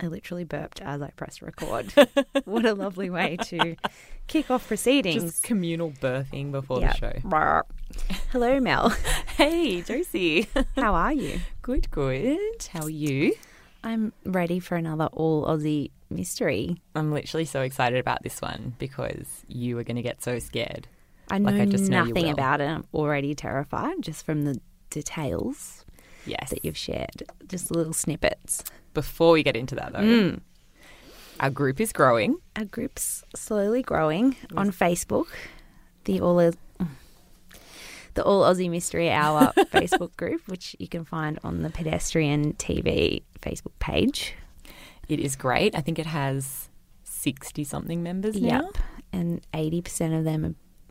I literally burped as I pressed record. what a lovely way to kick off proceedings. Just communal birthing before Yeah. the show. Brr. Hello, Mel. Hey, Josie. How are you? good, good. How are you? I'm ready for another all Aussie mystery. I'm literally so excited about this one because you were going to get so scared. I know Like, I just know you nothing will. about it. I'm already terrified just from the details Yes. that you've shared, just little snippets. Before we get into that, though, Mm. our group is growing. Our group's slowly growing on Facebook. The all Aus- the All Aussie Mystery Hour Facebook group, which you can find on the Pedestrian TV Facebook page. It is great. I think it has 60 something members now. Yep, and eighty percent of them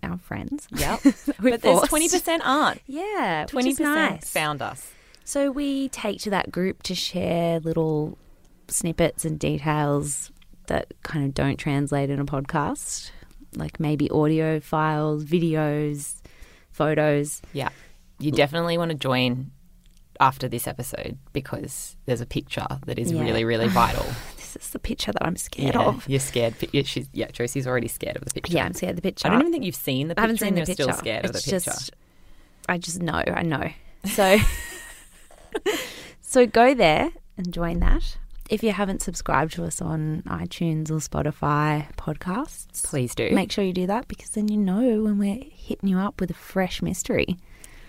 are our friends. Yep. We but there's forced. 20% aren't. Yeah, 20% twenty percent. Nice. found us. So we take to that group to share little snippets and details that kind of don't translate in a podcast, like maybe audio files, videos, photos. Yeah. You definitely want to join after this episode because there's a picture that is Yeah. really, really vital. This is the picture that I'm scared of. You're scared. Yeah, she's, yeah, Josie's already scared of the picture. Yeah, I'm scared of the picture. I don't even think you've seen the picture. I haven't seen and the you're picture. still scared It's of the picture. Just, I just know. I know. So, so go there and join that. If you haven't subscribed to us on iTunes or Spotify podcasts, Please do. make sure you do that because then you know when we're hitting you up with a fresh mystery.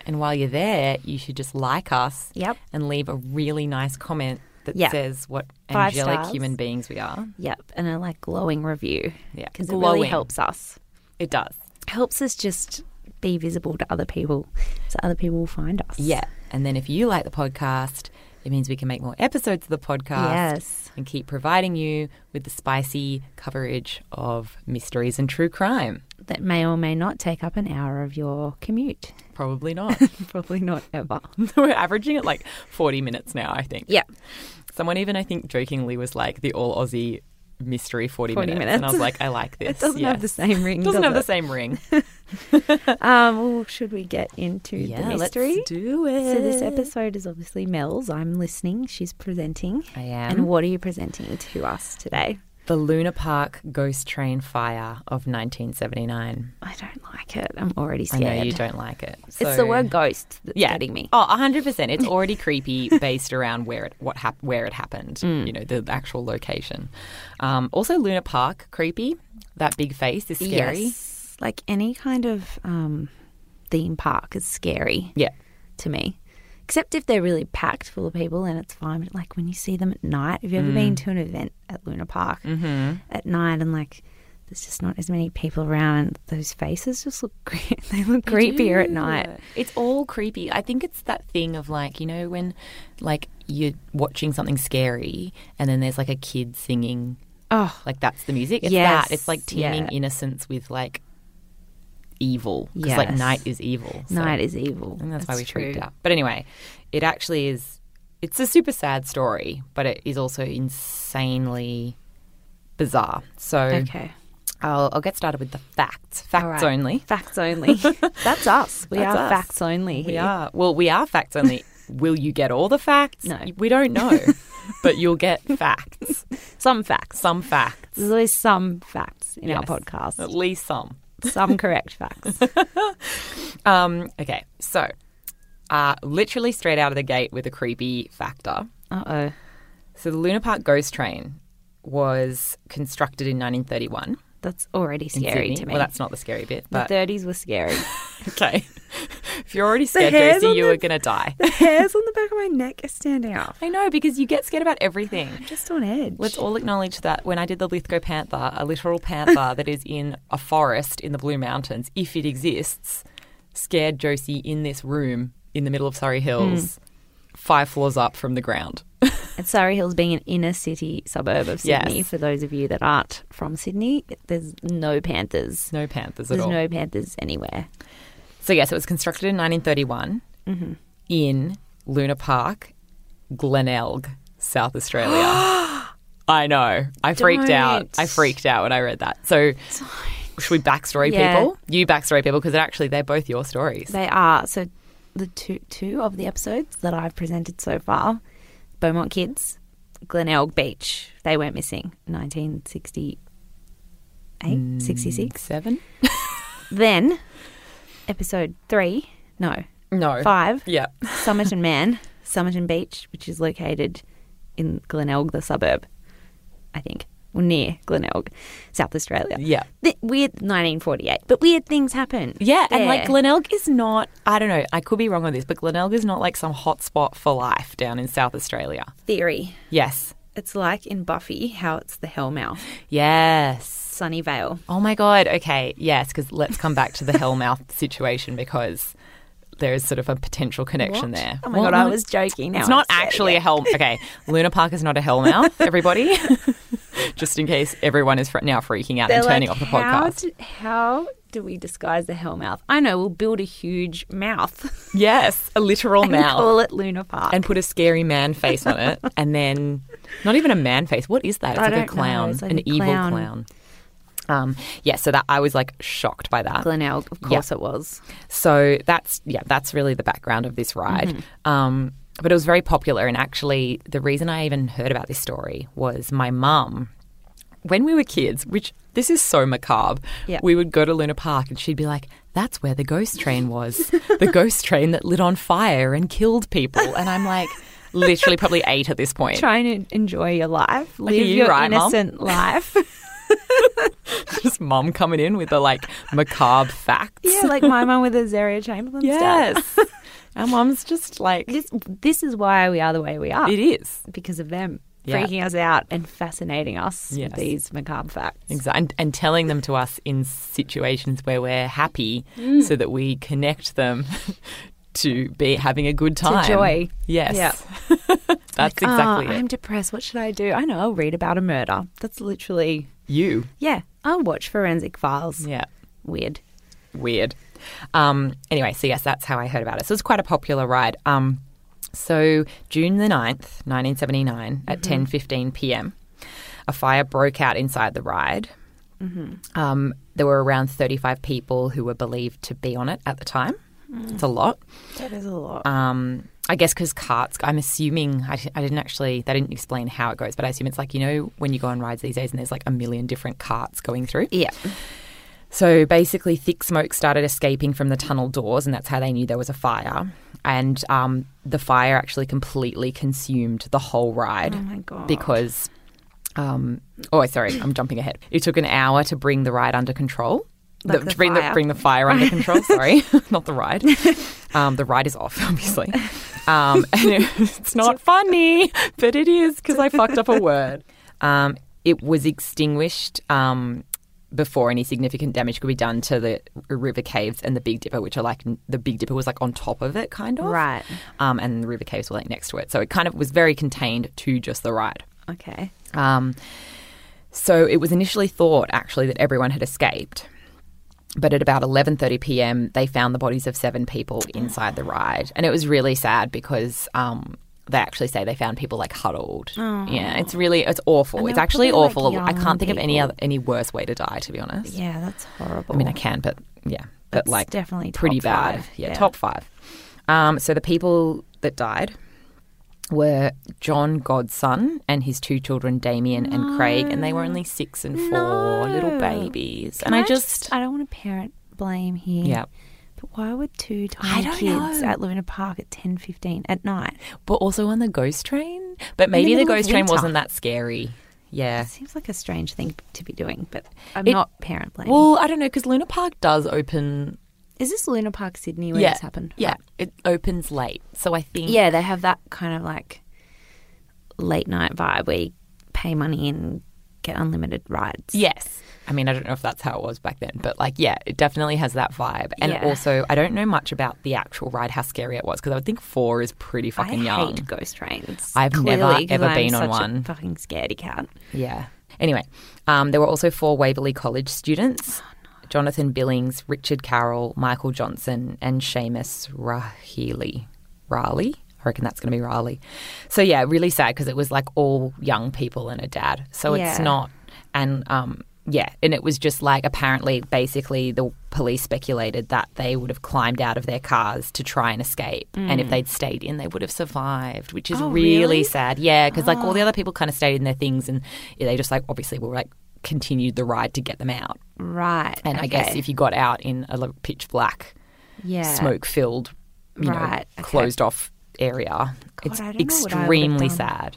and while you're there, you should just like us Yep. and leave a really nice comment that Yeah. says what Five angelic stars. human beings we are. Yep, and a like glowing review. Yeah. because it really Glowing. helps us. It does. Helps us just be visible to other people, so other people will find us. Yeah. And then if you like the podcast, it means we can make more episodes of the podcast. Yes. And keep providing you with the spicy coverage of mysteries and true crime. that may or may not take up an hour of your commute. Probably not. Probably not ever. We're averaging at like 40 minutes now, I think. Yeah. Someone even, I think, jokingly was like the all Aussie mystery 40, 40 minutes. And I minutes. was like, I like this. It doesn't have the Yes. same ring. Doesn't does have the it? same ring. Um, well, should we get into the mystery? let's do it. so this episode is obviously Mel's. I'm listening. She's presenting. I And am. what are you presenting to us today? The Luna Park ghost train fire of 1979. I don't like it. I'm already I scared. know you don't like it. It's the So- word ghost that's yeah. getting me. Oh, 100%. It's already creepy based around where it what hap- where it happened, Mm. you know, the actual location. Um, also Luna Park creepy. That big face is scary. Yes. Like any kind of um, theme park is scary. Yeah. to me. Except if they're really packed full of people and it's fine. But like when you see them at night, have you ever been Mm. to an event at Luna Park Mm-hmm. at night and like there's just not as many people around and those faces just look cre- they look creepier at night. It's all creepy. I think it's that thing of like, you know, when like you're watching something scary and then there's like a kid singing, Oh like that's the music. It's Yes, that. It's like teaming yeah. innocence with like evil. Because like Yes. night is evil. so- night is evil. And that's, why we true. freaked out. But anyway, it actually is, it's a super sad story, but it is also insanely bizarre. So Okay. I'll, I'll get started with the facts. Facts All right. only. Facts only. that's us. We That's are us. facts only here. We are. Well, we are facts only. Will you get all the facts? No. We don't know, but you'll get facts. Some facts. Some facts. There's always some facts in our Yes. At podcast. least some. Some correct facts. Um, okay, so uh, literally straight out of the gate with a creepy factor. Uh oh. So the Luna Park Ghost Train was constructed in 1931. That's already in scary Sydney. to me. Well, that's not the scary bit, the but 30s were scary. okay. if you're already scared, hairs Josie, on you the- are going to die. The hairs on the back of my neck are standing out. I know because you get scared about everything. Just on edge. Let's all acknowledge that when I did the Lithgow Panther, a literal panther that is in a forest in the Blue Mountains, if it exists, scared Josie in this room in the middle of Surrey Hmm. Hills, five floors up from the ground. and Surrey Hills being an inner city suburb of Sydney, Yes. for those of you that aren't from Sydney, there's no panthers. No panthers at There's all. no panthers anywhere. So yes, it was constructed in 1931 Mm-hmm. in Luna Park, Glenelg, South Australia. I know. I freaked out. I Don't. freaked out when I read that. So should we backstory Yeah. people? You backstory people because actually they're both your stories. They are so the two two of the episodes that I've presented so far, Beaumont Kids, Glenelg Beach. They went missing 1968, 66. Seven? Then, episode three, no, No. five, Yeah. Somerton Man, Somerton Beach, which is located in Glenelg, the suburb, I think, or near Glenelg, South Australia. Yeah. Th- weird 1948, but weird things happen. Yeah, and like there. Glenelg is not, I don't know, I could be wrong on this, but Glenelg is not like some hot spot for life down in South Australia. theory. Yes. It's like in Buffy how it's the Hellmouth, Yes. Sunnyvale. Oh my God. Okay. Yes, because let's come back to the Hellmouth situation because there is sort of a potential connection there. Oh my What? god, I was joking. Now It's not I'm saying actually a it. hell. Okay, Luna Park is not a hellmouth. Everybody, just in case everyone is fr- now freaking out They're and turning like, off the How podcast. do, how do we disguise the Hellmouth? I know. We'll build a huge mouth yes, a literal and mouth, call it Luna Park. and put a scary man face on it, and then not even a man face. What is that? It's I like a don't know. clown, It's like an a evil clown. clown. Um, yeah, so that I was like shocked by that. Glenelg, of course, it was. So that's yeah, that's really the background of this ride. Mm-hmm. Um, but it was very popular, and actually, the reason I even heard about this story was my mum. When we were kids, which this is so macabre, Yeah. we would go to Luna Park and she'd be like, That's where the ghost train was. the ghost train that lit on fire and killed people. And I'm like, literally, probably eight at this point. Trying to enjoy your life, live you your right, Mum? innocent life. Just mum coming in with the like macabre facts. yeah, like my mum with Azaria Chamberlain. stuff. Yes. Our mum's just like, This this is why we are the way we are. it is. because of them Yeah. freaking us out and fascinating us Yes. with these macabre facts. Exactly. And, and telling them to us in situations where we're happy Mm. so that we connect them to be having a good time. joy. Yes. Yeah. That's "Oh, exactly it. I'm depressed. What should I do? I know. I'll read about a murder. That's literally You. yeah. I'll watch Forensic Files. Yeah. Weird. Weird. Um, anyway, so yes, that's how I heard about it. So it's quite a popular ride. Um, so June the 9th, 1979, at 10.15 p.m., a fire broke out inside the ride. Um, there were around 35 people who were believed to be on it at the time. It's a lot. That is a lot. um, I guess because carts, I'm assuming, I, di- I didn't actually, they didn't explain how it goes, but I assume it's like, you know, when you go on rides these days and there's like a million different carts going through. yeah. So basically, thick smoke started escaping from the tunnel doors, and that's how they knew there was a fire. And um, the fire actually completely consumed the whole ride Oh my god. because, um, oh, sorry, I'm jumping ahead. It took an hour to bring the ride under control. Like the to bring the fire. bring the fire under control. Sorry, not the ride. Um, the ride is off, obviously. Um, and it- it's not funny, but it is because I fucked up a word. Um, it was extinguished um, before any significant damage could be done to the river caves and the Big Dipper, which are like the Big Dipper was like on top of it, kind of Right. um, and the river caves were like next to it. So it kind of was very contained to just the ride. Okay. Um, so it was initially thought actually that everyone had escaped. But at about 11:30 p.m., they found the bodies of seven people inside the ride, and it was really sad because um, they actually say they found people like huddled. Yeah, it's really it's awful. And It's they were actually probably, awful. like, I can't young think of any people. other, any worse way to die, to be honest. Yeah, that's horrible. I mean, I can, but yeah, but That's like definitely top pretty bad. five. Yeah, Yeah. top five. Um, so the people that died were John Godson and his two children, Damien and Craig, and they were only six and four No. little babies. Can and I just, I don't want to parent blame here. yeah. But why would two I tiny don't kids know. at Luna Park at ten fifteen at night? But also on the ghost train. But maybe the, middle of ghost train winter. wasn't that scary. Yeah. It seems like a strange thing to be doing, but I'm It- not parent blaming. Well, I don't know because Luna Park does open. Is this Luna Park Sydney where yeah, this happened? Yeah, it opens late, so I think. Yeah, they have that kind of like late night vibe where you pay money and get unlimited rides. Yes. I mean, I don't know if that's how it was back then, but like, yeah, it definitely has that vibe. And Yeah. also, I don't know much about the actual ride, how scary it was, because I would think four is pretty fucking I young. hate ghost trains. I've never, 'cause ever I'm been on such a one. fucking scaredy cat. Yeah. Anyway, um, there were also four Waverley College students Jonathan Billings, Richard Carroll, Michael Johnson, and Seamus Rahili. Raleigh? I reckon that's going to be Raleigh. So, yeah, really sad because it was like all young people and a dad. So it's Yeah. not. And um, yeah, and it was just like apparently, basically, the police speculated that they would have climbed out of their cars to try and escape, and if they'd stayed in, they would have survived, which is Oh, really, really? Oh. sad. Yeah, because like all the other people kind of stayed in their things, and yeah, they just like obviously were like continued the ride to get them out. Right. And I guess okay. if you got out in a like, pitch black, yeah. smoke filled, you Right, know, okay. closed off area, God, it's I don't know what I would've extremely done. sad.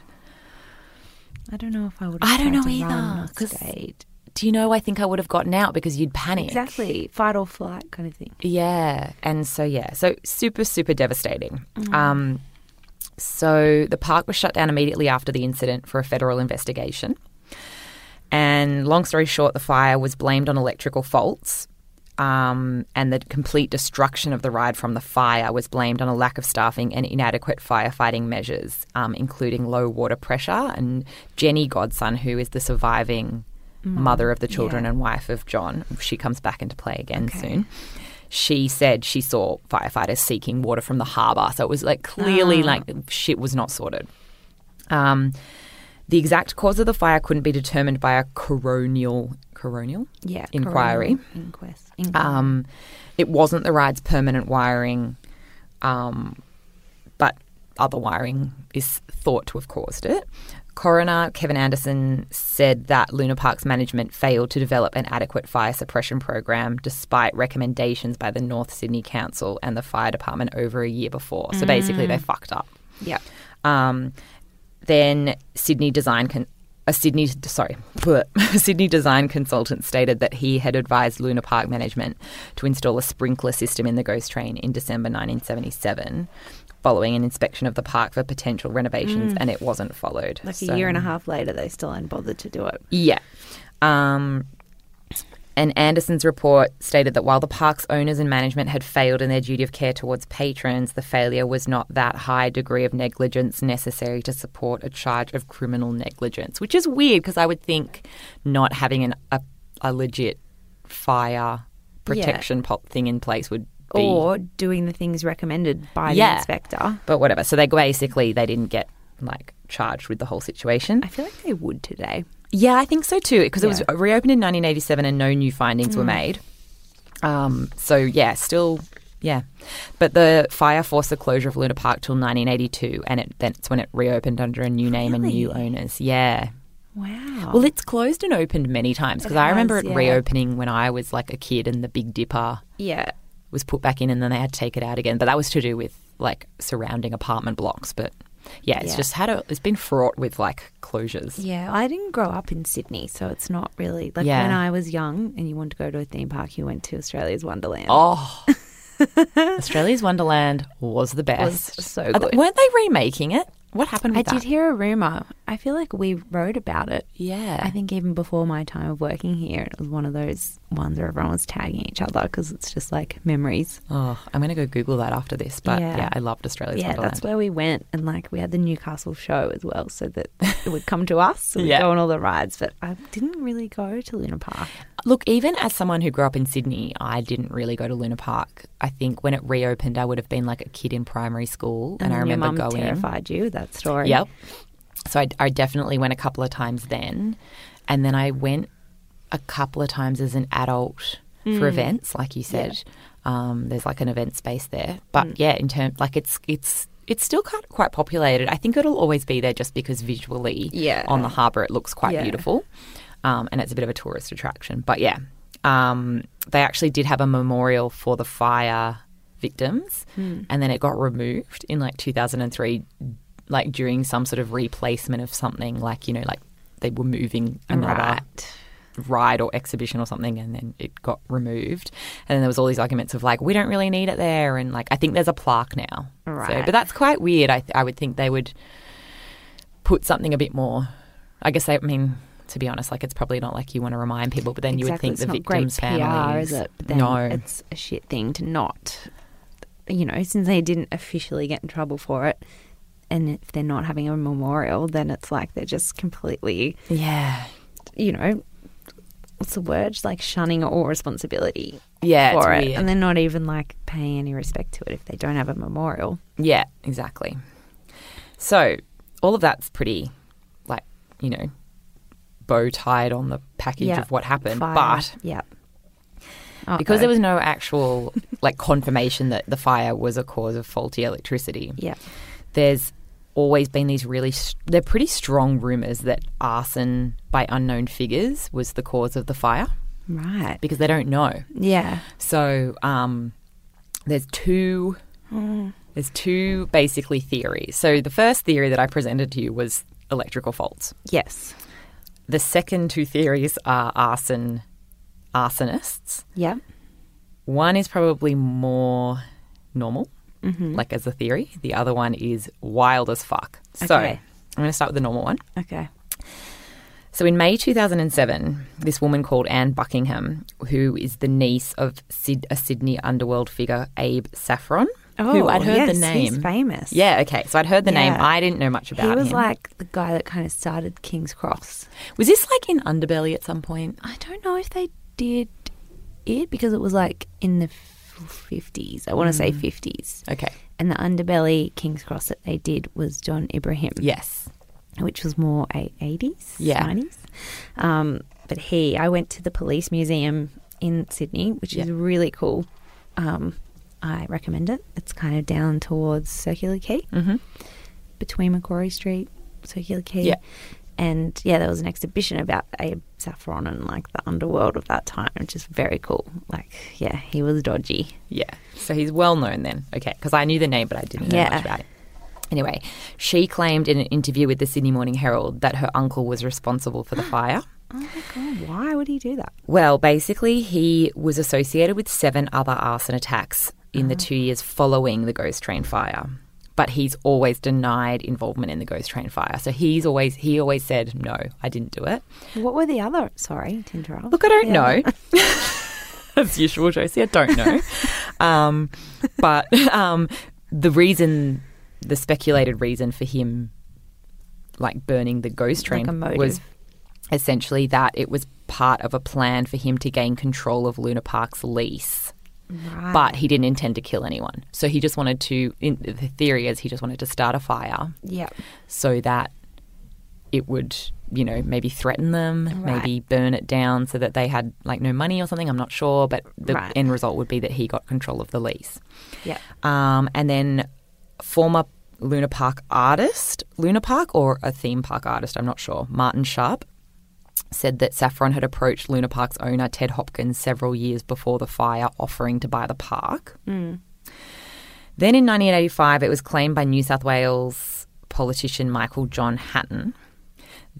I don't know if I would. I have don't tried know to run either. or 'cause stayed. do you know? I think I would have gotten out because you'd panic. Exactly, fight or flight kind of thing. Yeah. And so, yeah. So, super, super devastating. Mm. Um, so, the park was shut down immediately after the incident for a federal investigation. And long story short, the fire was blamed on electrical faults. Um, and the complete destruction of the ride from the fire was blamed on a lack of staffing and inadequate firefighting measures, um, including low water pressure. And Jenny Godson, who is the surviving mother of the children Mm. yeah. and wife of John, she comes back into play again Okay. soon. She said she saw firefighters seeking water from the harbour. So it was like Ah. clearly like shit was not sorted. Um, the exact cause of the fire couldn't be determined by a coronial coronial Yeah, Inquiry. coronial inquest. Inquiry. um, it wasn't the ride's permanent wiring, um, but other wiring is thought to have caused it. Coroner Kevin Anderson said that Luna Park's management failed to develop an adequate fire suppression program despite recommendations by the North Sydney Council and the fire department over a year before. So basically, Mm. they fucked up. yeah, Um, then Sydney Design Con- a Sydney sorry a Sydney Design Consultant stated that he had advised Luna Park management to install a sprinkler system in the Ghost Train in December 1977. Following an inspection of the park for potential renovations, and it wasn't followed. Mm. like So- a year and a half later, they still hadn't bothered to do it. yeah. Um, and Anderson's report stated that while the park's owners and management had failed in their duty of care towards patrons, the failure was not that high degree of negligence necessary to support a charge of criminal negligence, which is weird because I would think not having an, a, a legit fire protection po- thing in place would be. Or doing the things recommended by Yeah. the inspector. but whatever. So they basically they didn't get like charged with the whole situation. I feel like they would today. Yeah, I think so too, because it Yeah. Mm. was reopened in 1987 and no new findings were made. Um, so, yeah, still, yeah. But the fire forced the closure of Luna Park till 1982, and it, that's when it reopened under a new name and new Really? owners. Yeah. Wow. Well, it's closed and opened many times because It I remember has, it yeah. reopening when I was like a kid and the Big Dipper yeah, was put back in and then they had to take it out again. But that was to do with like surrounding apartment blocks. But yeah, it's Yeah. just had a, it's been fraught with like closures. yeah. I didn't grow up in Sydney, so it's not really like Yeah. when I was young and you wanted to go to a theme park, you went to Australia's Wonderland. Oh. Australia's Wonderland was the best. so Are th- good. weren't they remaking it? What happened I with did that? hear a rumor. I feel like we wrote about it. Yeah. I think even before my time of working here, it was one of those ones where everyone was tagging each other because it's just like memories. oh, I'm going to go Google that after this. But yeah, Yeah. I loved Australia's yeah, Wonderland. that's where we went, and like we had the Newcastle show as well, so that it would come to us. So we'd Yeah. go on all the rides, but I didn't really go to Luna Park. Look, even as someone who grew up in Sydney, I didn't really go to Luna Park. I think when it reopened, I would have been like a kid in primary school. And, I then remember your mum going. terrified you with that story. Yep. So I, I definitely went a couple of times then. And then I went a couple of times as an adult Mm. for events, like you said. Um, there's like an event space there. Mm. But yeah, in terms, like it's, it's, it's still quite, quite populated. I think it'll always be there just because visually Yeah. on the harbour it looks quite Yeah. beautiful. Um, and it's a bit of a tourist attraction. But yeah, um, they actually did have a memorial for the fire victims. Hmm. And then it got removed in like 2003, like during some sort of replacement of something, like, you know, like they were moving another Right. ride or exhibition or something and then it got removed and then there was all these arguments of like we don't really need it there and like i think there's a plaque now So- Right. but that's quite weird I, th- I would think they would put something a bit more i guess they, i mean to be honest like it's probably not like you want to remind people but then you would Exactly. think it's the not victims great PR, families is it? But then no it's a shit thing to not, you know, since they didn't officially get in trouble for it, and if they're not having a memorial, then it's like they're just completely, yeah you know, what's the word? Just like shunning all responsibility yeah it's for it, weird. and they're not even like paying any respect to it if they don't have a memorial. Yeah, exactly. So all of that's pretty, like you know, bow tied on the package Yeah. of what happened, Fire. but yeah, because there was no actual like confirmation that the fire was a cause of faulty electricity. yeah, there's always been these really s- they're pretty strong rumors that arson by unknown figures was the cause of the fire right, because they don't know yeah, so um, there's two there's two basically theories so the first theory that i presented to you was electrical faults yes, the second two theories are arson arsonists yeah, one is probably more normal, like as a theory. The other one is wild as fuck. So Okay. I'm going to start with the normal one. okay, So in May 2007, this woman called Anne Buckingham, who is the niece of Syd- a Sydney underworld figure, Abe Saffron, Oh, who I'd heard yes, the name. He's famous. yeah, okay. So I'd heard the name. Yeah. I didn't know much about he was him. like the guy that kind of started King's Cross. was this like in Underbelly at some point? I don't know if they did it because it was like in the fifties. I want to say fifties. Okay. And the underbelly King's Cross that they did was John Ibrahim, Yes. which was more a- 80s, Yeah. 90s. Um, but he, I went to the police museum in Sydney, which is Yeah. really cool. Um, I recommend it. It's kind of down towards Circular Quay, Mm-hmm. between Macquarie Street, Circular Quay. Yeah. And yeah, there was an exhibition about Abe Saffron and like the underworld of that time, which is very cool. Like, yeah, he was dodgy. Yeah. So he's well known then. Okay. Because I knew the name, but I didn't know Yeah. much about it. Anyway, she claimed in an interview with the Sydney Morning Herald that her uncle was responsible for the fire. Oh my God, why would he do that? Well, basically, he was associated with seven other arson attacks in the two years following the Ghost Train fire. But he's always denied involvement in the Ghost Train fire. So he's always he always said, "No, I didn't do it." What were the other? Sorry to interrupt. Look, I don't Yeah. know. As usual, Josie, I don't know. um, but um, the reason, the speculated reason for him, like burning the ghost train, a motive. was essentially that it was part of a plan for him to gain control of Luna Park's lease. Right. But he didn't intend to kill anyone, so he just wanted to. In, the theory is he just wanted to start a fire yeah. so that it would, you know, maybe threaten them, Right. maybe burn it down so that they had like no money or something. I'm not sure, but the Right. end result would be that he got control of the lease. Yeah. Um, and then former Luna Park artist, Luna Park or a theme park artist, I'm not sure, Martin Sharp. Said that Saffron had approached Luna Park's owner Ted Hopkins several years before the fire, offering to buy the park. Then in 1985, it was claimed by New South Wales politician Michael John Hatton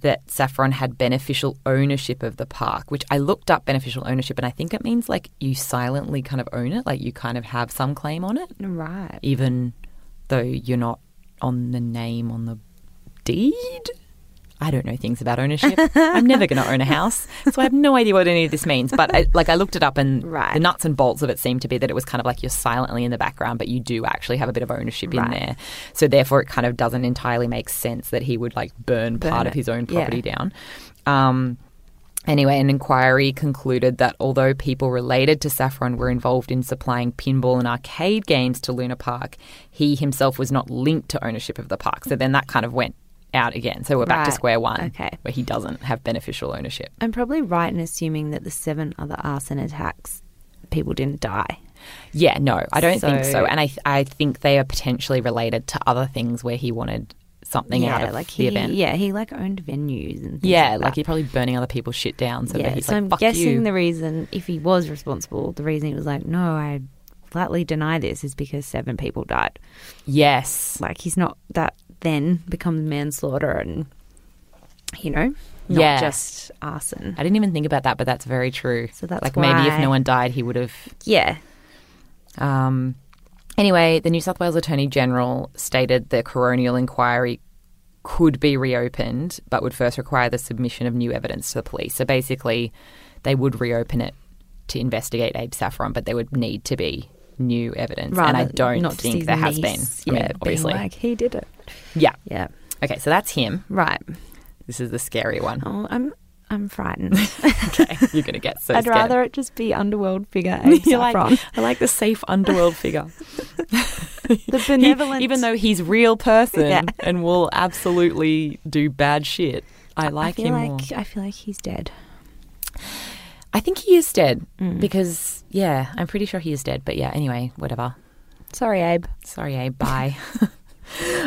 that Saffron had beneficial ownership of the park, which I looked up beneficial ownership, and I think it means like you silently kind of own it, like you kind of have some claim on it, Right. even though you're not on the name on the deed. I don't know things about ownership. I'm never going to own a house, so I have no idea what any of this means. But I, like, I looked it up, and Right. the nuts and bolts of it seemed to be that it was kind of like you're silently in the background, but you do actually have a bit of ownership in Right. there. So therefore, it kind of doesn't entirely make sense that he would like burn, Burn part of it. his own Yeah. property down. Um, Anyway, an inquiry concluded that although people related to Saffron were involved in supplying pinball and arcade games to Luna Park, he himself was not linked to ownership of the park. So then that kind of went out again. So we're back to Right. square one, Okay. where he doesn't have beneficial ownership. I'm probably right in assuming that the seven other arson attacks, people didn't die. Yeah, no, I don't think So- so. And I, th- I think they are potentially related to other things where he wanted something out of like the he, event. yeah, he like owned venues and things like, Yeah, like that. he's probably burning other people's shit down. So that yeah. he's So like, I'm fuck guessing you. the reason, if he was responsible, the reason he was like, no, I flatly deny this, is because seven people died. yes. Like he's not that then becomes manslaughter and you know, not Yeah. just arson. I didn't even think about that, but that's very true. So that's like maybe if why- no one died, he would have Yeah, Um, anyway, the New South Wales Attorney General stated the coronial inquiry could be reopened, but would first require the submission of new evidence to the police. So basically, they would reopen it to investigate Abe Saffron, but there would need to be new evidence, and I rather- don't not just think his there has been. niece, I mean, yeah, being obviously, like he did it. yeah. Yeah, Okay, so that's him. right. This is the scary one. Oh, I'm I'm frightened. Okay, you're gonna get so. I'd scared. rather it just be underworld figure Abe You're like, Saffron. I like the safe underworld figure. the He- benevolent, even though he's real person Yeah. and will absolutely do bad shit. I I like feel him more. like I feel like he's dead. I think he is dead because, yeah, I'm pretty sure he is dead. But yeah, anyway, whatever. Sorry, Abe. Sorry, eh? Bye.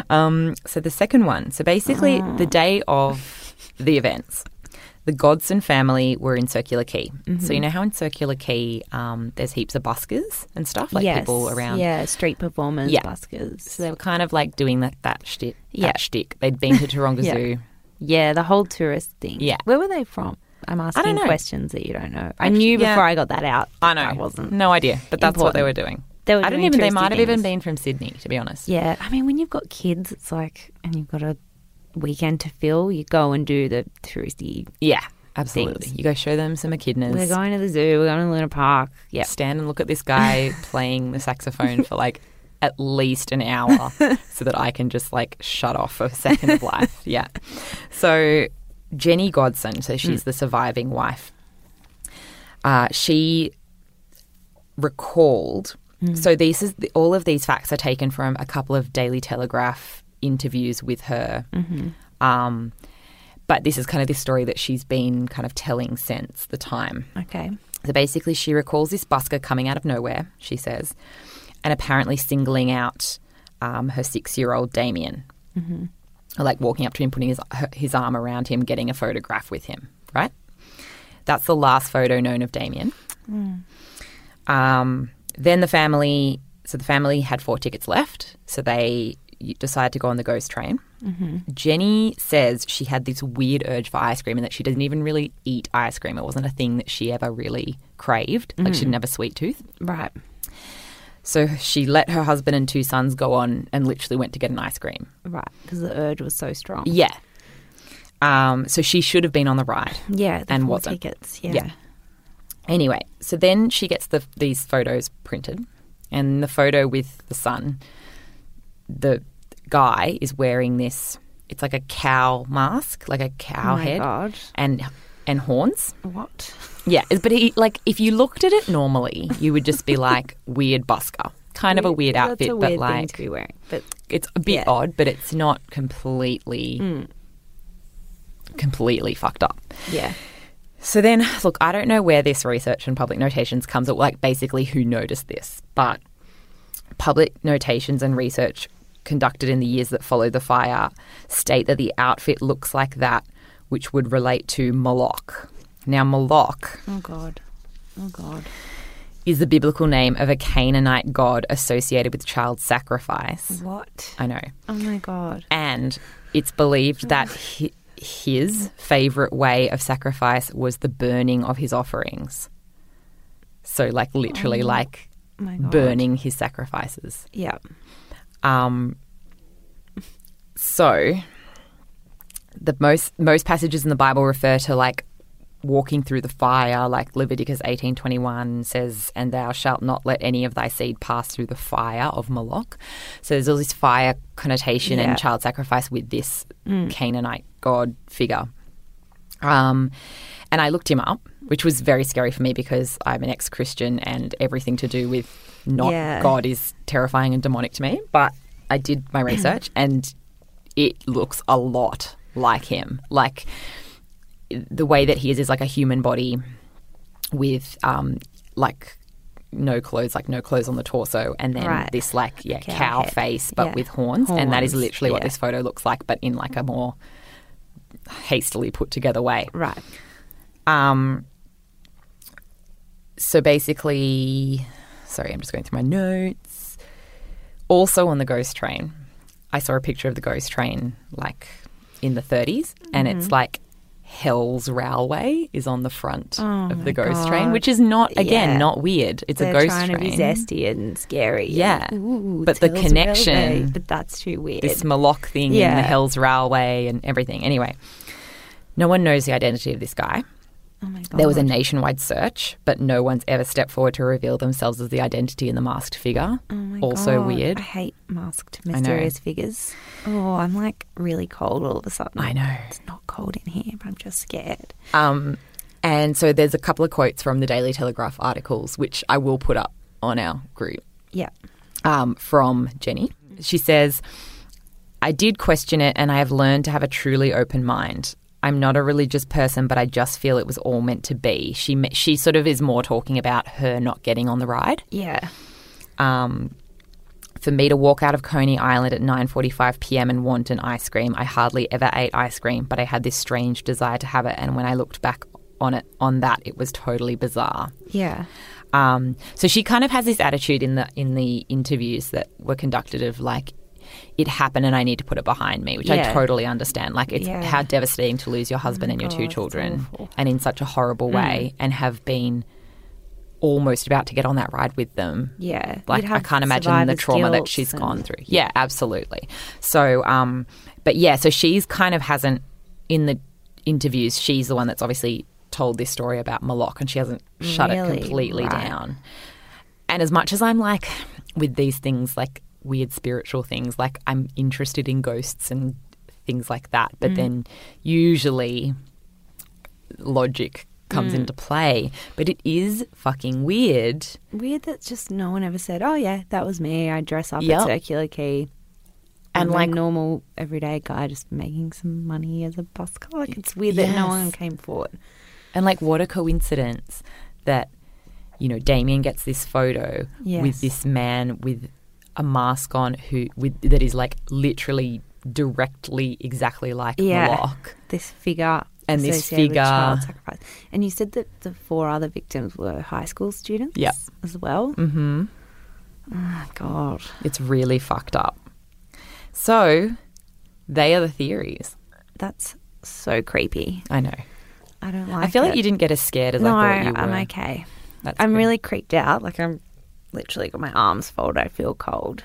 um, so the second one. So basically, the day of the events, the Godson family were in Circular Quay. So you know how in Circular Quay, um, there's heaps of buskers and stuff, like yes. people around. Yeah, street performers, Yeah. buskers. So they were kind of like doing that that shtick. Yeah. That shtick. They'd been to Taronga Yeah. Zoo. Yeah, the whole tourist thing. Yeah. Where were they from? I'm asking know. questions that you don't know. I Actu- knew yeah. before I got that out. I know. I wasn't. No idea. But that's what they were doing. They were I don't doing even. They touristy might have even things. been from Sydney, to be honest. Yeah. I mean, when you've got kids, it's like, and you've got a weekend to fill, you go and do the touristy. Yeah, absolutely. Things. You go show them some echidnas. We're going to the zoo, we're going to Luna Park. Yeah. stand and look at this guy playing the saxophone for like at least an hour so that I can just like shut off for a second of life. Yeah. So Jenny Godson, so she's the surviving wife. Uh, she recalled. So these is all of these facts are taken from a couple of Daily Telegraph interviews with her. Hmm. Um, but this is kind of the story that she's been kind of telling since the time. Okay. So basically, she recalls this busker coming out of nowhere, she says, and apparently singling out um, her six year old Damien. Or like walking up to him, putting his, her- his arm around him, getting a photograph with him, right? That's the last photo known of Damien. Um, then the family, so the family had four tickets left, so they decided to go on the ghost train. Jenny says she had this weird urge for ice cream and that she didn't even really eat ice cream. It wasn't a thing that she ever really craved. Like Mm. she didn't have a sweet tooth. Right. So she let her husband and two sons go on and literally went to get an ice cream. Right. Because the urge was so strong. Yeah. Um, so she should have been on the ride. Yeah. The And four wasn't. tickets. Yeah. Yeah. Anyway, so then she gets the, these photos printed, and the photo with the son, the guy is wearing this. It's like a cow mask, like a cow Oh my head, God. and and horns. What? Yeah, is- but he like if you looked at it normally, you would just be like weird busker, kind of a weird That's outfit, a but weird thing like to be wearing. But it's a bit Yeah. Mm. odd, but it's not completely completely fucked up. yeah. So then, look, I don't know where this research and public notations comes at, like basically who noticed this, but public notations and research conducted in the years that followed the fire state that the outfit looks like that, which would relate to Moloch. Now, Moloch Oh God. Oh God. is the biblical name of a Canaanite god associated with child sacrifice. What? I know. Oh my God. And it's Mm. believed that hi his favorite way of sacrifice was the burning of his offerings. So, like, literally, like Oh my God. burning his sacrifices. Yeah. Um, so, the most most passages in the Bible refer to like walking through the fire, like Leviticus eighteen twenty one says, "And thou shalt not let any of thy seed pass through the fire of Moloch." So there's all this fire connotation Yeah. and child sacrifice with this Canaanite god figure. Um, and I looked him up, which was very scary for me because I'm an ex Christian and everything to do with not Yeah. God is terrifying and demonic to me. But I did my research and it looks a lot like him. Like the way that he is is like a human body with um, like no clothes, like no clothes on the torso, and then Right. this like yeah Cow cow, head. face but Yeah. with horns, and that is Horns, literally what yeah. this photo looks like, but in like a more hastily put together way. Right. Um, so basically, sorry, I'm just going through my notes. Also on the ghost train, I saw a picture of the ghost train like in the 30s, and Mm-hmm. it's like Hell's Railway is on the front Oh of the my ghost train, God. which is not, again, Yeah. not weird. It's They're a ghost trying train. to be zesty and scary. and, Yeah. ooh, But the tells connection- railway, But that's too weird. this Moloch thing and Yeah. the Hell's Railway and everything. Anyway, no one knows the identity of this guy. oh my god. There was a nationwide search, but no one's ever stepped forward to reveal themselves as the identity in the masked figure. Oh my also God. weird. I hate masked know. mysterious figures. Oh, I'm like really cold all of a sudden. I know. It's not cold in here, but I'm just scared. Um, and so there's a couple of quotes from the Daily Telegraph articles, which I will put up on our group Yeah. um, from Jenny. She says, I did question it and I have learned to have a truly open mind. I'm not a religious person, but I just feel it was all meant to be. She me- she sort of is more talking about her not getting on the ride. Yeah. Um, for me to walk out of Coney Island at 9:45 p.m. and want an ice cream, I hardly ever ate ice cream, but I had this strange desire to have it. And when I looked back on it, on that, it was totally bizarre. Yeah. Um, so she kind of has this attitude in the in the interviews that were conducted of like it happened and I need to put it behind me, which I Yeah. totally understand. Like it's Yeah. Oh how devastating to lose your husband and your two God, that's children awful. Mm. and in such a horrible way and have been almost about to get on that ride with them. Yeah. Like You'd I have can't imagine the survivor's trauma that guilt she's and- gone through. Yeah, absolutely. So um but yeah, so she's kind of hasn't in the interviews, she's the one that's obviously told this story about Malok and she hasn't shut Really? it completely Right. down. And as much as I'm like with these things like weird spiritual things, like I'm interested in ghosts and things like that, Mm. but then usually logic Mm. comes into play. But it is fucking weird. Weird that just no one ever said, "Oh yeah, that was me. I dress up Yep. at Circular Quay." And, And like- like normal everyday guy, just making some money as a bus car. Like it's weird that no one Yes. came forward. And like, what a coincidence that, you know, Damien gets this photo with Yes. this man with a mask on who with that is like literally directly exactly like Yeah. Malok. This figure And this associated with child figure. sacrifice. And you said that the four other victims were high school students. Yep. as well. Mm-hmm. Oh, God, It's really fucked up. So they are the theories. that's so creepy. I know. I don't like. I feel it. like you didn't get as scared as No, I thought you were. I'm okay. That's I'm good. really creeped out. Like I'm literally got my arms folded. I feel cold.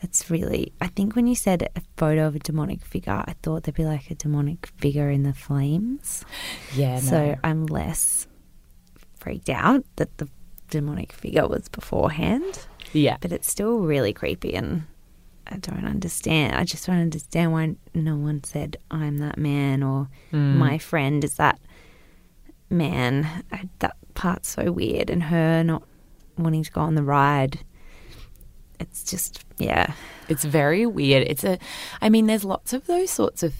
It's really. I think when you said a photo of a demonic figure, I thought there'd be like a demonic figure in the flames. Yeah. No. So I'm less freaked out that the demonic figure was beforehand. yeah. But it's still really creepy, and I don't understand. I just don't understand why no one said I'm that man or Hmm. my friend is that man. I, that part's so weird, and her not wanting to go on the ride. It's just yeah, It's very weird. It's a, I mean, there's lots of those sorts of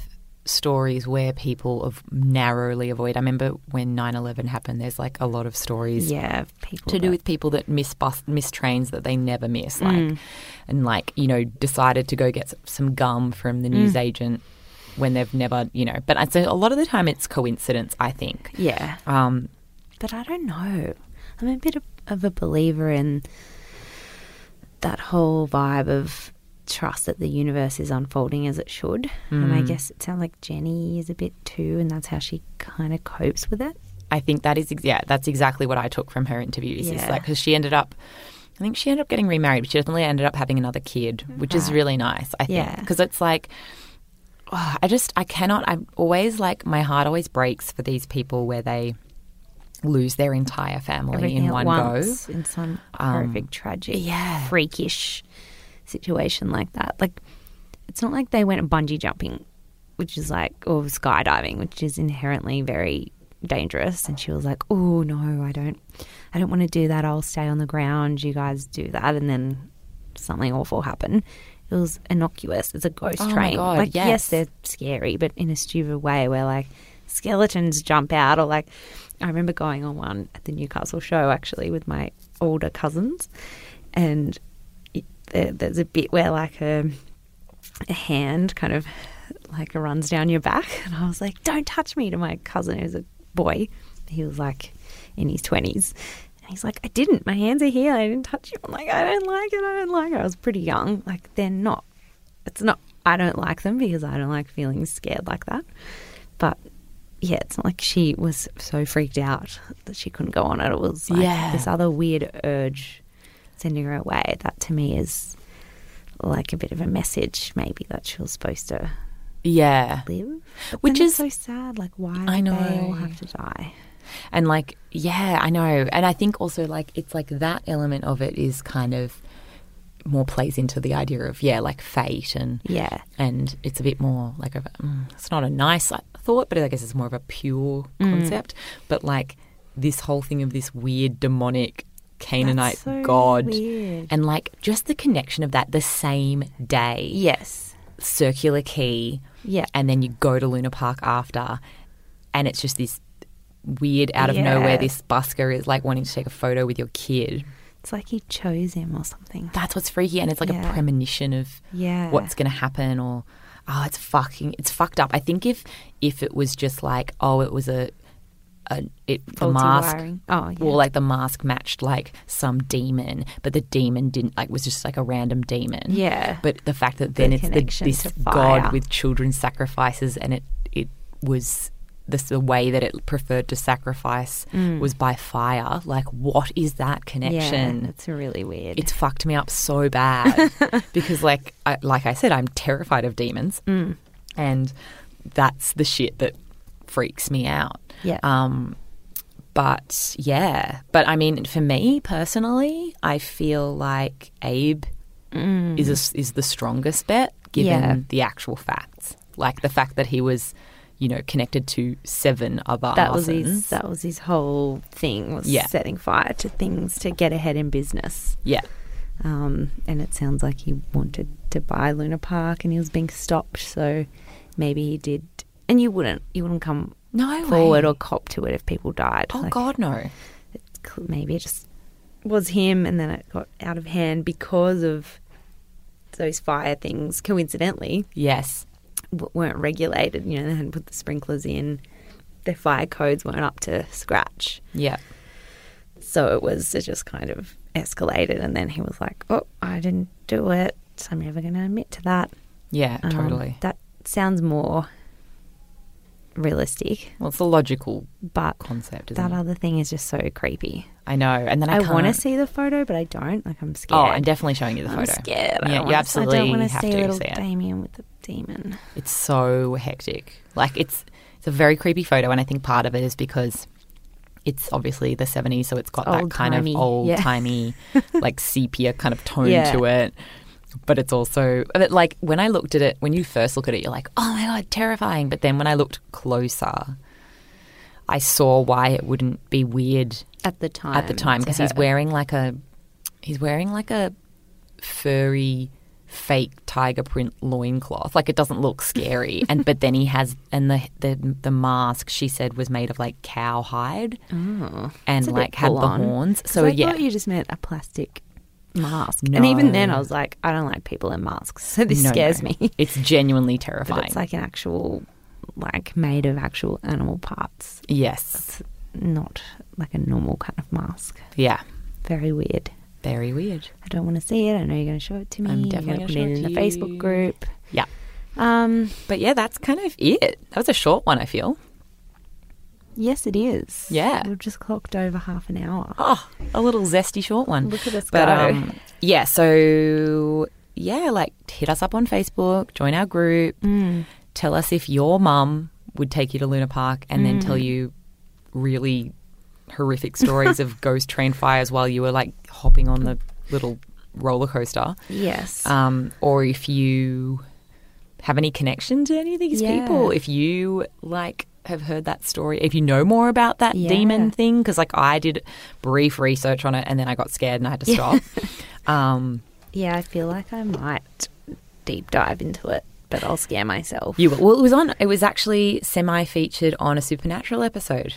stories where people have narrowly avoid. I remember when 9 11 happened, there's like a lot of stories yeah. People to that- do with people that miss bus, miss trains that they never miss, like, and like, you know, decided to go get s- some gum from the newsagent when they've never, you know. But I so a lot of the time it's coincidence, I think. yeah. Um, But I don't know. I'm a bit of, of a believer in that whole vibe of trust that the universe is unfolding as it should. And I guess it sounds like Jenny is a bit too, and that's how she kind of copes with it. I think that is ex- yeah, that's exactly what I took from her interviews. Is Yeah. like because she ended up, I think she ended up getting remarried, but she definitely ended up having another kid, which is Right. really nice. I think Yeah. because it's like. oh, I just, I cannot. I'm always like, my heart always breaks for these people where they lose their entire family Everything in at one once go. Um, in some horrific, tragic, yeah. freakish situation like that. Like, it's not like they went bungee jumping, which is like, or skydiving, which is inherently very dangerous. And she was like, "Oh no, I don't, I don't want to do that. I'll stay on the ground. You guys do that." And then something awful happened. It was innocuous. It's a ghost Oh my train. God, like, yes. yes. they're scary, but in a stupid way where like skeletons jump out or like I remember going on one at the Newcastle show actually with my older cousins, and it, there, there's a bit where like um, a a hand kind of like runs down your back. And I was like, don't touch me to my cousin who's a boy. He was like in his 20s. And he's like, I didn't. My hands are here. I didn't touch you. I'm like, I don't like it. I don't like it. I was pretty young. Like, they're not, it's not, I don't like them because I don't like feeling scared like that. But yeah, it's not like she was so freaked out that she couldn't go on it. It was like Yeah. this other weird urge sending her away. That to me is like a bit of a message, maybe that she was supposed to Yeah. live, But Which then is- it's so sad. Like, why I I know. they know. all have to die? And like, yeah, I know. And I think also like it's like that element of it is kind of more plays into the idea of yeah, like fate and Yeah, and it's a bit more like of a, mm, it's not a nice uh, thought, but I guess it's more of a pure concept. But like this whole thing of this weird demonic Canaanite That's so god, weird. and like just the connection of that the same day. yes, circular quay, Yeah. and then you go to Luna Park after, and it's just this weird out of Yeah. nowhere. This busker is like wanting to take a photo with your kid. It's like he chose him or something. That's what's freaky, and it's like Yeah. a premonition of Yeah. what's going to happen or oh it's fucking it's fucked up i think if if it was just like oh it was a, a it the Faulty mask wiring. Oh, yeah. well like the mask matched like some demon but the demon didn't like was just like a random demon Yeah. but the fact that then it's the, connection this to fire. god with children's sacrifices and it it was this the way that it preferred to sacrifice Mm. was by fire like what is that connection Yeah, it's really weird. it's fucked me up so bad because like I, like I said I'm terrified of demons Mm. and that's the shit that freaks me out Yeah. um but yeah but I mean for me personally I feel like Abe is a s is the strongest bet given Mm. Yeah. the actual facts like the fact that he was you know connected to seven other that was Arsons. his. That was his whole thing. Was Yeah. setting fire to things to get ahead in business. yeah Um, and it sounds like he wanted to buy Luna Park, and he was being stopped. So maybe he did. And you wouldn't. You wouldn't come no forward way. or cop to it if people died. oh Like, god no it's cl- maybe it just was him, and then it got out of hand because of those fire things. Coincidentally, yes w- weren't regulated. You know, they hadn't put the sprinklers in. Their fire codes weren't up to scratch. yeah So it was it just kind of escalated. And then he was like, "Oh, I didn't do it. So I'm never going to admit to that." yeah Um, totally That sounds more realistic, Well, it's a logical but concept, isn't that it? other thing is just so creepy. I know. And then I, I, want to can't- see the photo, but I don't. Like I'm scared. Oh, I'm definitely showing you the photo. I'm scared. I don't Yeah, you wanna- absolutely I don't wanna have see to little see it. Damien with the demon. It's so hectic. Like it's it's a very creepy photo, and I think part of it is because it's obviously the 70s, so it's got that kind Old-timey, of yeah. old timey, like sepia kind of tone Yeah. to it. But it's also, but like when I looked at it, when you first look at it, you're like, oh my god, terrifying. But then when I looked closer, I saw why it wouldn't be weird At the time. at the time to because he's her. wearing like a he's wearing like a furry fake tiger print loincloth like it doesn't look scary and but then he has and the the the mask she said was made of like cowhide Oh. and It's a bit like had the full on. horns 'Cause so I yeah thought you just meant a plastic mask. And even then, No. I was like, I don't like people in masks, so this No, scares no. me. it's genuinely but terrifying it's like an actual, like made of actual animal parts, yes not like a normal kind of mask. yeah Very weird. very weird I don't want to see it. I know you're going to show it to me. I'm You're definitely gonna gonna put it in show it the to Facebook you. group. yeah Um, but yeah that's kind of it that was a short one i feel yes, it is. Yeah. we've just clocked over half an hour. Oh, a little zesty short one. Look at us but, go. Um, yeah, so yeah, like hit us up on Facebook, join our group, Mm. tell us if your mum would take you to Luna Park and then Mm. tell you really horrific stories of ghost train fires while you were like hopping on the little roller coaster. Yes. Um, or if you have any connection to any of these Yeah. people, if you like have heard that story, if you know more about that Yeah. demon thing, because like I did brief research on it and then I got scared and I had to stop. um, yeah, I feel like I might deep dive into it, but I'll scare myself. you well, it was on. It was actually semi-featured on a Supernatural episode.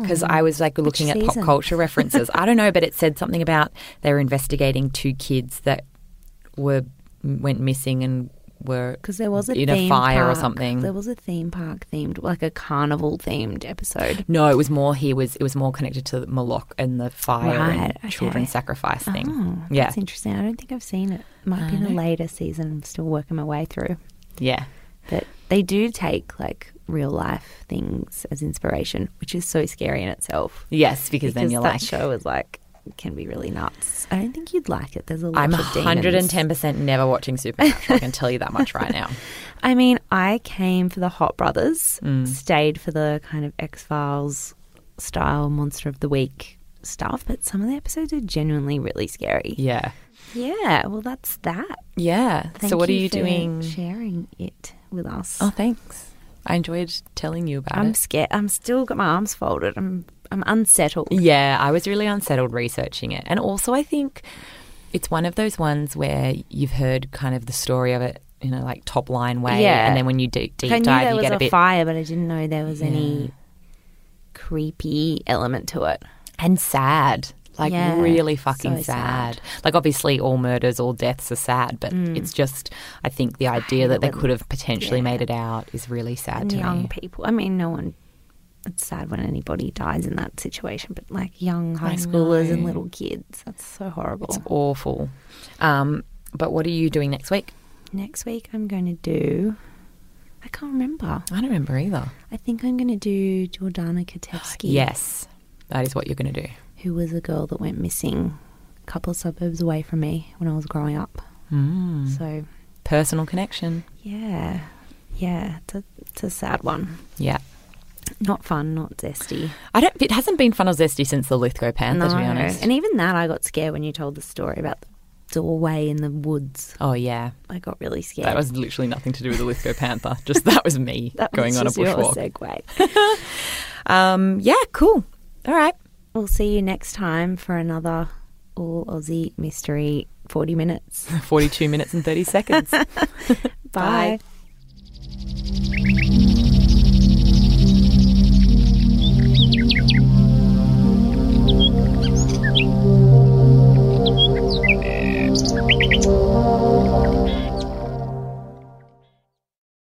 Because I was like looking at pop Oh. season? culture references. I don't know, but it said something about they were investigating two kids that were went missing and were Because there was a in theme a fire park. or something. There was a theme park themed, like a carnival themed episode. No, it was more he was it was more connected to Moloch and the fire Right, and okay. children sacrifice thing. Oh, yeah, that's interesting. I don't think I've seen it. Might be in a know. later season. I'm still working my way through. yeah, But they do take like real life things as inspiration, which is so scary in itself. yes, because, then you're that like, show is like can be really nuts. I don't think you'd like it. There's a lot I'm of demons. 110 percent never watching Supernatural. I can tell you that much right now. I mean, I came for the Hot Brothers, Mm. stayed for the kind of X Files style Monster of the Week stuff, but some of the episodes are genuinely really scary. Yeah, Yeah, well, that's that. yeah. Thank so what are you for doing? Sharing it with us. Oh, thanks. I enjoyed telling you about I'm it. scared. I'm still got my arms folded. I'm I'm unsettled. Yeah, I was really unsettled researching it, and also I think it's one of those ones where you've heard kind of the story of it in a like top line way. Yeah. And then when you deep, deep I knew dive, there you was get a bit. fire, but I didn't know there was any creepy element to it. and sad. Like Yeah, really fucking so sad. sad. Mm. Like obviously all murders, all deaths are sad, but it's just I think the idea that they could have potentially made it out is really sad And to young me. people. I mean, no one. It's sad when anybody dies in that situation, but like young high schoolers and little kids, that's so horrible. It's awful. Um, but what are you doing next week? Next week, I'm going to do. I can't remember. I don't remember either. I think I'm going to do Jordana Katevsky. Yes. That is what you're gonna do. who was a girl that went missing a couple of suburbs away from me when I was growing up. Mm. So, Personal connection. yeah, yeah, it's a, it's a sad one. Yeah. Not fun, not zesty. I don't it hasn't been fun or zesty since the Lithgow Panther to be honest. And even that, I got scared when you told the story about the doorway in the woods. oh yeah. I got really scared. That was literally nothing to do with the Lithgow Panther. Just that was me That was going on a just your bushwalk. segue. Um, yeah, cool. All right. we'll see you next time for another All Aussie Mystery 40 Minutes. 42 minutes and 30 seconds. Bye.